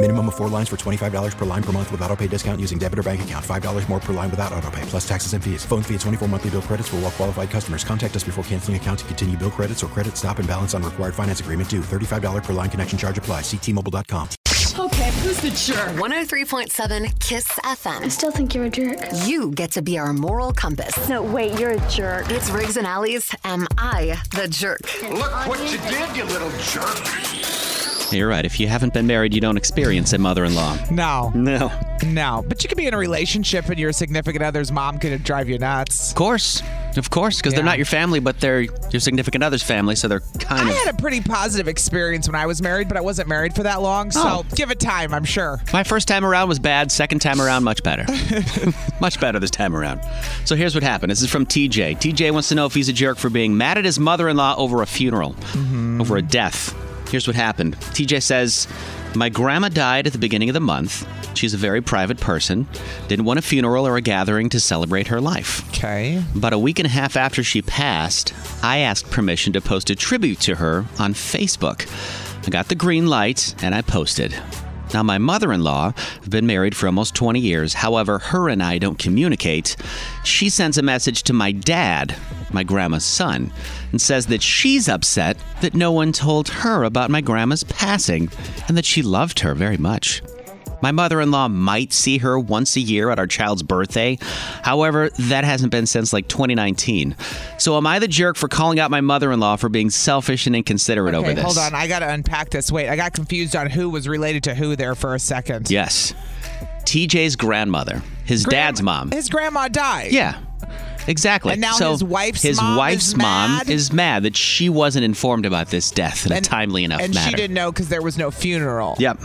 Minimum of four lines for $25 per line per month with auto pay discount using debit or bank account. $5 more per line without auto pay, plus taxes and fees. Phone fee at 24 monthly bill credits for all well qualified customers. Contact us before canceling account to continue bill credits or credit stop and balance on required finance agreement due. $35 per line connection charge apply. Ctmobile.com. Okay, who's the jerk? 103.7 KISS FM. I still think you're a jerk. You get to be our moral compass. No, wait, you're a jerk. It's Riggs and Allies. Am I the jerk? Look what you did, you little jerk. You're right. If you haven't been married, you don't experience a mother in law. No. No. No. But you could be in a relationship and your significant other's mom could drive you nuts. Of course. Of course, because Yeah. they're not your family, but they're your significant other's family, so they're kind I of. had a pretty positive experience when I was married, but I wasn't married for that long, so Oh. give it time, I'm sure. My first time around was bad. Second time around, much better. much better this time around. So here's what happened. This is from TJ. TJ wants to know if he's a jerk for being mad at his mother in law over a funeral, over a death. Here's what happened. TJ says, My grandma died at the beginning of the month. She's a very private person, didn't want a funeral or a gathering to celebrate her life. Okay. About a week and a half after she passed, I asked permission to post a tribute to her on Facebook. I got the green light and I posted. Now, my mother in law have been married for almost 20 years. However, her and I don't communicate. She sends a message to my dad, my grandma's son, and says that she's upset that no one told her about my grandma's passing and that she loved her very much. My mother in law might see her once a year at our child's birthday. However, that hasn't been since like 2019. So, am I the jerk for calling out my mother in law for being selfish and inconsiderate over Okay, this? hold on. I got to unpack this. Wait, I got confused on who was related to who there for a second. Yes. TJ's grandmother, his dad's mom. His grandma died. yeah. Exactly. And now so his wife's his mom wife's is mom mad? is mad that she wasn't informed about this death in And- a timely enough And manner. she didn't know because there was no funeral. Yep.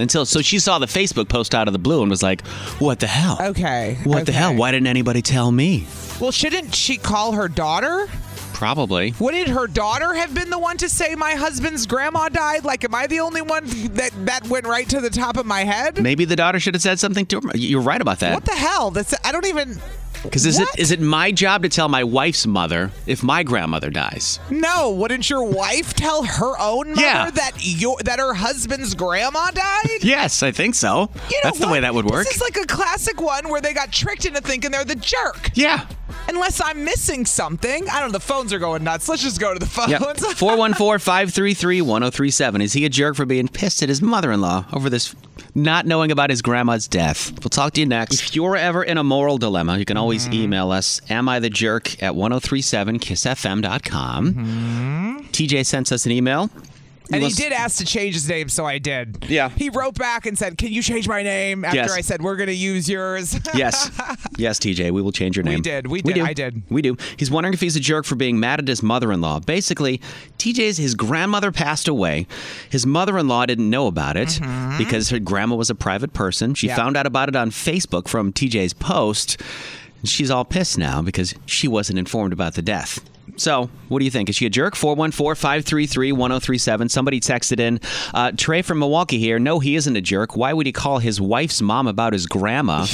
Until so she saw the Facebook post out of the blue and was like, "What the hell? Okay, What the hell? okay. Why didn't anybody tell me?" Well, shouldn't she call her daughter? Probably. Wouldn't her daughter have been the one to say my husband's grandma died? Like, am I the only one that that went right to the top of my head? Maybe the daughter should have said something to her. You're right about What that. the hell? That's I don't even. Because is it What? is it my job to tell my wife's mother if my grandmother dies? No, wouldn't your wife tell her own mother Yeah. that your that her husband's grandma died? Yes, I think so. You know That's the way what? that would work. This is like a classic one where they got tricked into thinking they're the jerk. yeah. Unless I'm missing something. I don't know. The phones are going nuts. Let's just go to the phones. Yep. 414-533-1037. Is he a jerk for being pissed at his mother-in-law over this not knowing about his grandma's death? We'll talk to you next. If you're ever in a moral dilemma, you can always Mm-hmm. email us am I the jerk at 1037kissfm.com. TJ sent us an email. And he wants- did ask to change his name, so I did. Yeah. He wrote back and said, Can you change my name? After Yes. I said, We're going to use yours. Yes. Yes, TJ, we will change your name. did. We did. do. I did. We do. He's wondering if he's a jerk for being mad at his mother in law. Basically, TJ's his grandmother passed away. His mother in law didn't know about it because her grandma was a private person. She Mm-hmm. Yeah. found out about it on Facebook from TJ's post. And She's all pissed now because she wasn't informed about the death. So, what do you think? Is she a jerk? 414 533 1037. Somebody texted in. Uh, Trey from Milwaukee here. No, he isn't a jerk. Why would he call his wife's mom about his grandma?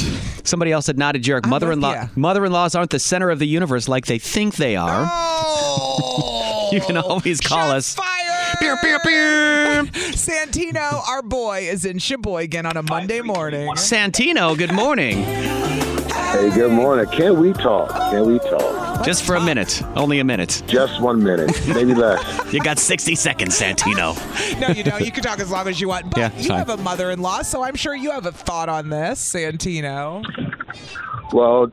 Somebody else said, not a jerk. Mother in with law. ya. Mother in laws aren't the center of the universe like they think they are. Oh. You can always call Shots us. Fire. Pew, pew, pew. Santino, our boy, is in Sheboygan on a Monday morning. Santino, good morning. Hey, good morning. Can we talk? Can we talk? Just for a minute. Only a minute. Just one minute, maybe less. You got 60 seconds, Santino. No, you don't. You can talk as long as you want. But Yeah, you fine. have a mother in law, so I'm sure you have a thought on this, Santino. Well,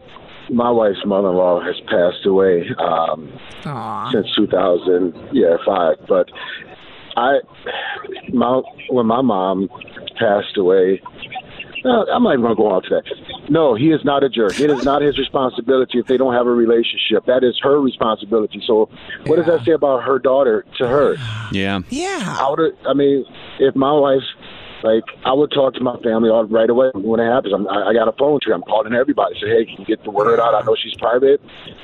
my wife's mother-in-law has passed away um, since 2000, yeah, five. But I, my when my mom passed away, uh, I'm not even going to go on to that. No, he is not a jerk. It is not his responsibility if they don't have a relationship. That is her responsibility. So, what does that say about her daughter to her? Yeah. Yeah. I would. I mean, if my wife, like, I would talk to my family all right away when it happens. I'm, I I got a phone tree. I'm calling everybody. Say, hey, can you get the word out? I know she's private.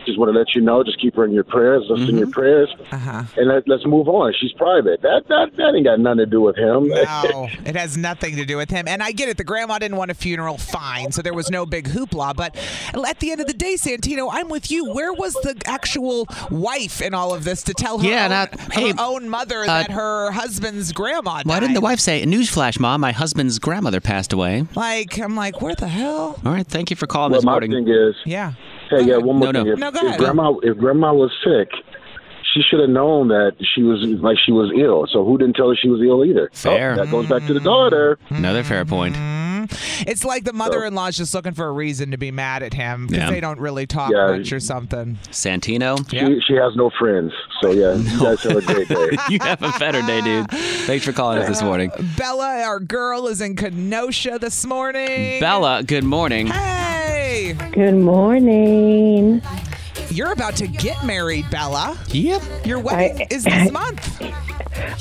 Just want to let you know. Just keep her in your prayers. Listen in your prayers, and let, let's move on. She's private. That that that ain't got nothing to do with him. No, it has nothing to do with him. And I get it. The grandma didn't want a funeral, fine. So there was no big hoopla. But at the end of the day, Santino, I'm with you. Where was the actual wife in all of this to tell her, Yeah, own, and I- her hey, own mother uh, that her husband's grandma died? Why didn't the wife say, Newsflash, Mom, my husband's grandmother passed away? Like, I'm like, where the hell? All right, thank you for calling Well, this my morning. thing is, Yeah. Hey, yeah, one more No, no. thing. If, No, go if ahead. grandma, if grandma was sick, she should have known that she was like she was ill. So who didn't tell her she was ill either? Fair. that goes back to the daughter. Another fair point. Mm, It's like the mother-in-law's just looking for a reason to be mad at him because Yeah. they don't really talk Yeah. much or something. Santino? She, she has no friends. So yeah, you guys have a great day. you have a better day, dude. Thanks for calling us this morning. Bella, our girl, is in Kenosha this morning. Bella, good morning. Hey, Good morning. you're about to get married, Bella. Yep. Your wedding is this month.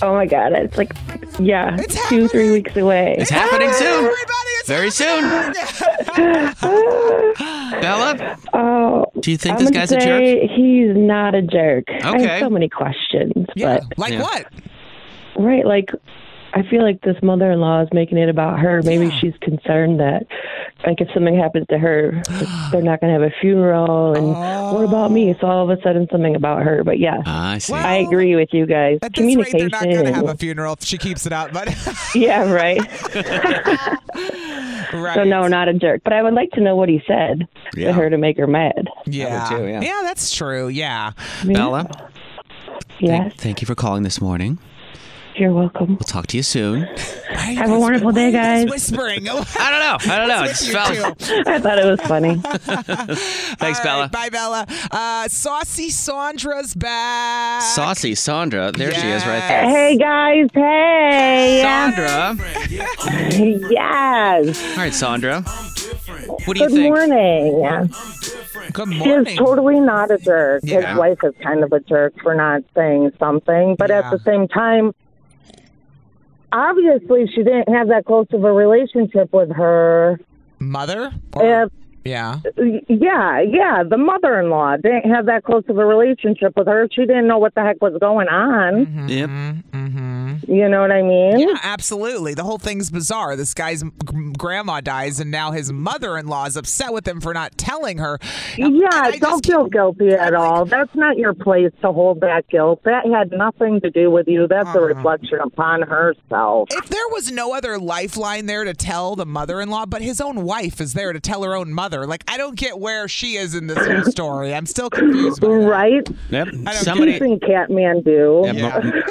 Oh my God. It's like, yeah, two, three weeks away. It's happening soon. Very soon. Bella? Oh, Do you think I'm this gonna guy's a say jerk? He's not a jerk. I Okay. have so many questions. But, Like Yeah. what? Right. Like, I feel like this mother in law is making it about her. Maybe she's concerned that, like, if something happens to her, they're not going to have a funeral. And what about me? It's all of a sudden something about her. But yeah, I see. I agree with you guys. Communication. They're not going to have a funeral if she keeps it out, but yeah, right. So no, not a jerk. But I would like to know what he said Yeah. to her to make her mad. yeah. too, yeah. that's true. Yeah. Bella, Yes, thank you for calling this morning. you're welcome. We'll talk to you soon. Have a wonderful day, guys. Whispering. I don't know. I don't know. It What's just with you felt. I thought it was funny. Thanks, Bella. Bye, Bella. Uh, Saucy Sandra's back. Saucy Sandra. There she is right there. Hey guys, hey. Sandra. Yes. All right, Sandra. What do you Good think? morning. Good She is totally not a jerk. Yeah. His wife is kind of a jerk for not saying something, but at the same time, obviously she didn't have that close of a relationship with her. Mother? If Yeah. yeah, yeah. The mother in law didn't have that close of a relationship with her. She didn't know what the heck was going on. Yep. You know what I mean? Yeah, absolutely. The whole thing's bizarre. This guy's g- grandma dies, and now his mother-in-law is upset with him for not telling her. Yeah, don't feel guilty at all. That's not your place to hold that guilt. That had nothing to do with you. That's a reflection upon herself. Uh-huh. If there was no other lifeline there to tell the mother-in-law, but his own wife is there to tell her own mother. Like, I don't get where she is in this whole story. I'm still confused. By that. Right? Yep. She's in Kathmandu. Yeah, M-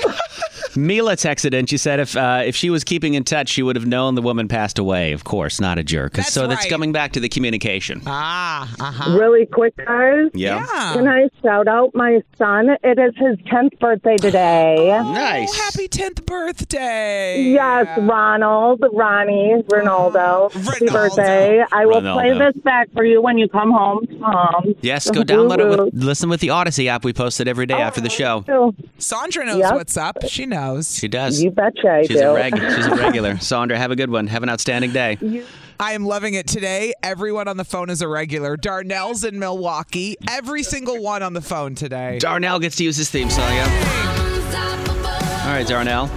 Mila texted in. She said if uh, if she was keeping in touch, she would have known the woman passed away. Of course, not a jerk. so that's coming back to the communication. Ah, uh-huh. Really quick, guys. Yeah. Yeah. Can I shout out my son? It is his 10th birthday today. nice. Happy 10th birthday. Yes, Ronald, Ronnie, Ronaldo. Happy birthday. I will play Ronaldo. this back for you when you come home, Um, Tom. Yes, go download it. Woo-woo. With, listen with the Odyssey app we post it every day after Oh. the show. Sandra knows Yep. what's up. She knows. She does. You betcha I she's do. a reg- she's a regular. Sandra, have a good one. Have an outstanding day. I am loving it today. Everyone on the phone is a regular. Darnell's in Milwaukee. Every single one on the phone today. Darnell gets to use his theme song. Yeah. All right, Darnell.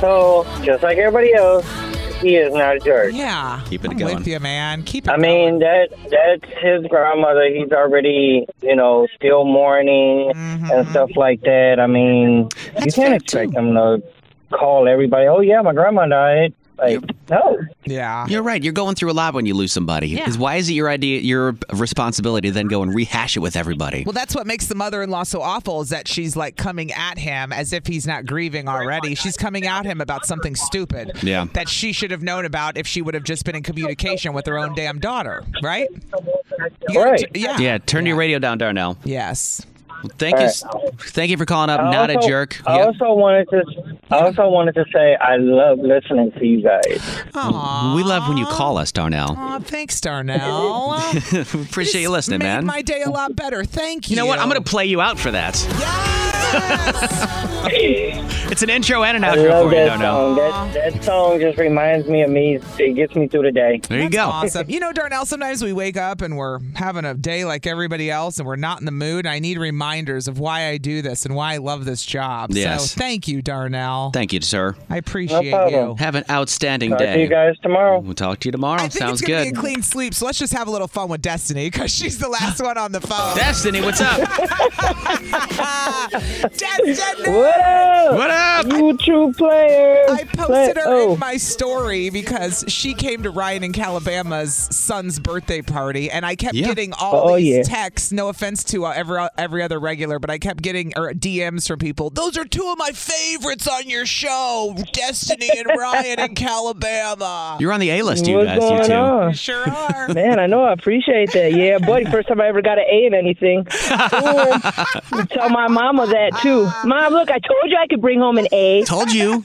So, Oh, just like everybody else, he is not a jerk. Yeah. Keep it I'm going. with you, man. Keep it I mean, that that's his grandmother. He's already, you know, still mourning Mm-hmm. and stuff like that. I mean, you can't expect him to call everybody, oh, yeah, my grandma died. Like, no. Yeah. You're right. You're going through a lot when you lose somebody. Yeah. 'Cause Why is it your idea, your responsibility to then go and rehash it with everybody? Well, that's what makes the mother-in-law so awful is that she's like coming at him as if he's not grieving already. She's coming at him about something stupid Yeah. that she should have known about if she would have just been in communication with her own damn daughter, right? Right. yeah. Yeah. Turn your radio down, Darnell. Yes. Thank you. s- All Thank you for calling up. I Not also- a jerk. I also wanted to. I also wanted to say I love listening to you guys. We love when you call us, Darnell. Aw, thanks, Darnell. Appreciate you listening, man. My day a lot better. Thank you. You know what? I'm going to play you out for that. it's an intro and an I outro love for you, that Darnell. song. That, that song just reminds me of me. It gets me through the day. There you go. Awesome. You know, Darnell, sometimes we wake up and we're having a day like everybody else and we're not in the mood. I need reminders of why I do this and why I love this job. Yes. So thank you, Darnell. Thank you, sir. I appreciate you. Have an outstanding Oh. Talk to day. you guys tomorrow. We'll talk to you tomorrow. I think Sounds it's gonna good. be a clean sleep, so let's just have a little fun with Destiny because she's the last one on the phone. Destiny, what's up? Destiny! What up? What up? You true player. I posted her in my story because she came to Ryan and Calabama's son's birthday party, and I kept Yeah. getting all Oh, these yeah. texts. No offense to uh, every every other regular, but I kept getting or DMs from people. Those are two of my favorites on your show, Destiny and Ryan and Calabama. You're on the A list, you What's guys, going you two. on? Sure are. Uh, Man, I know. I appreciate that. Yeah, buddy. First time I ever got an A in anything. Ooh, tell my mama that too. Uh, Mom, look, I told you I could bring home an A. Told you.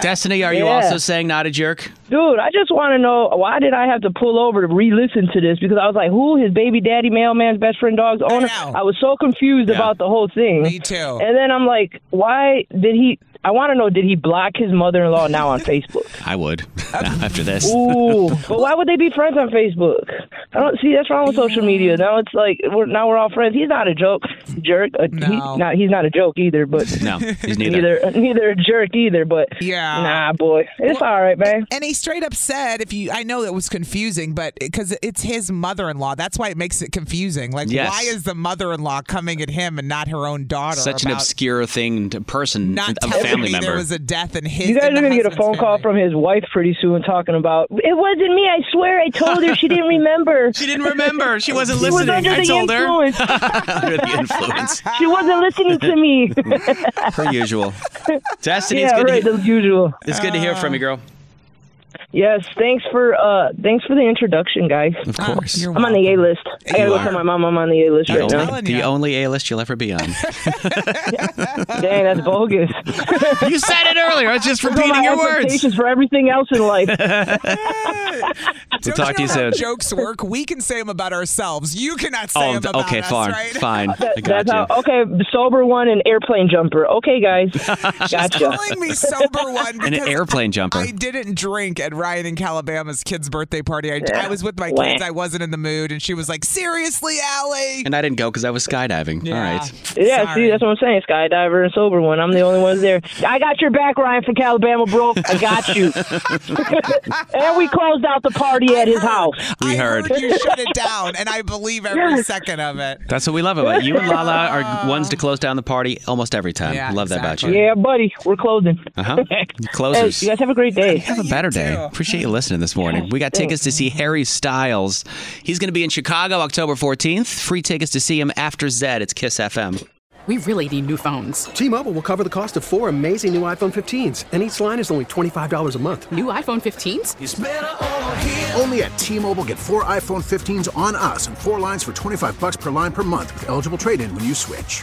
Destiny, are you Yeah. also saying not a jerk? Dude, I just want to know why did I have to pull over to re-listen to this because I was like, who his baby daddy mailman's best friend dog's owner? I, was so confused about the whole thing. Me too. And then I'm like, why did he? I want to know, did he block his mother-in-law now on Facebook? I would after this. Ooh, but why would they be friends on Facebook? I don't see that's wrong with social media. Now it's like we're now we're all friends. He's not a joke, jerk. Uh, he, not he's not a joke either, but No, he's neither. neither neither a jerk either. But Yeah. nah, boy, it's all right, man. And he straight up said, "If you, I know that was confusing, but because it's his mother-in-law, that's why it makes it confusing. Like, Yes. why is the mother-in-law coming at him and not her own daughter? Such an about obscure thing, to person, not a telling family me member. there was a death in his. You guys in are the gonna get a husband's phone call from his wife pretty soon talking about it wasn't me. I swear, I told her she didn't remember. she didn't remember. She wasn't She was listening. under I the told influence. her. under the influence. she wasn't listening to me. Per usual. Destiny, yeah, it's, good right, to, as usual. it's good to hear from you, girl. Yes, thanks for uh, thanks for the introduction, guys. Of Ah, course. I'm on the A list. I gotta You go are. tell my mom I'm on the A list The right now. only, the only A-list you'll ever be on. Dang, that's bogus. you said it earlier. I was just Those are repeating my your words. expectations for everything else in life. We'll talk to you How soon. jokes work. We can say them about ourselves. You cannot say Oh, them about okay, us, fine, right? fine. I got That's you. how, Uh, okay, sober one and airplane jumper. Okay, guys, gotcha. Calling me sober one And oh, because an airplane jumper. I didn't drink at Ryan and Calabama's kid's birthday party. I, Yeah. I was with my Wah. kids. I wasn't in the mood, and she was like, "Seriously, Allie." and I didn't go because I was skydiving. All right. Yeah, see, that's what I'm saying. Skydiver and sober one. I'm the only ones there. I got your back, Ryan from Calabama, bro. I got you. and we closed out the party at his house. We heard. You shut it down, and I believe every second of it. That's what we love about it. you and Lala are ones to close down the party almost every time. Yeah, love that Yeah, buddy, we're closing. about you. Uh huh. Hey, Closers. you guys have a great day. Have a better day. Appreciate you listening this morning. We got tickets to see Harry Styles. He's going to be in Chicago October 14th. Free tickets to see him after Zed. It's Kiss FM. We really need new phones. T-Mobile will cover the cost of four amazing new iPhone 15s, and each line is only $25 a month. New iPhone 15s? Only at T-Mobile, get four iPhone 15s on us and four lines for 25 bucks per line per month with eligible trade-in when you switch.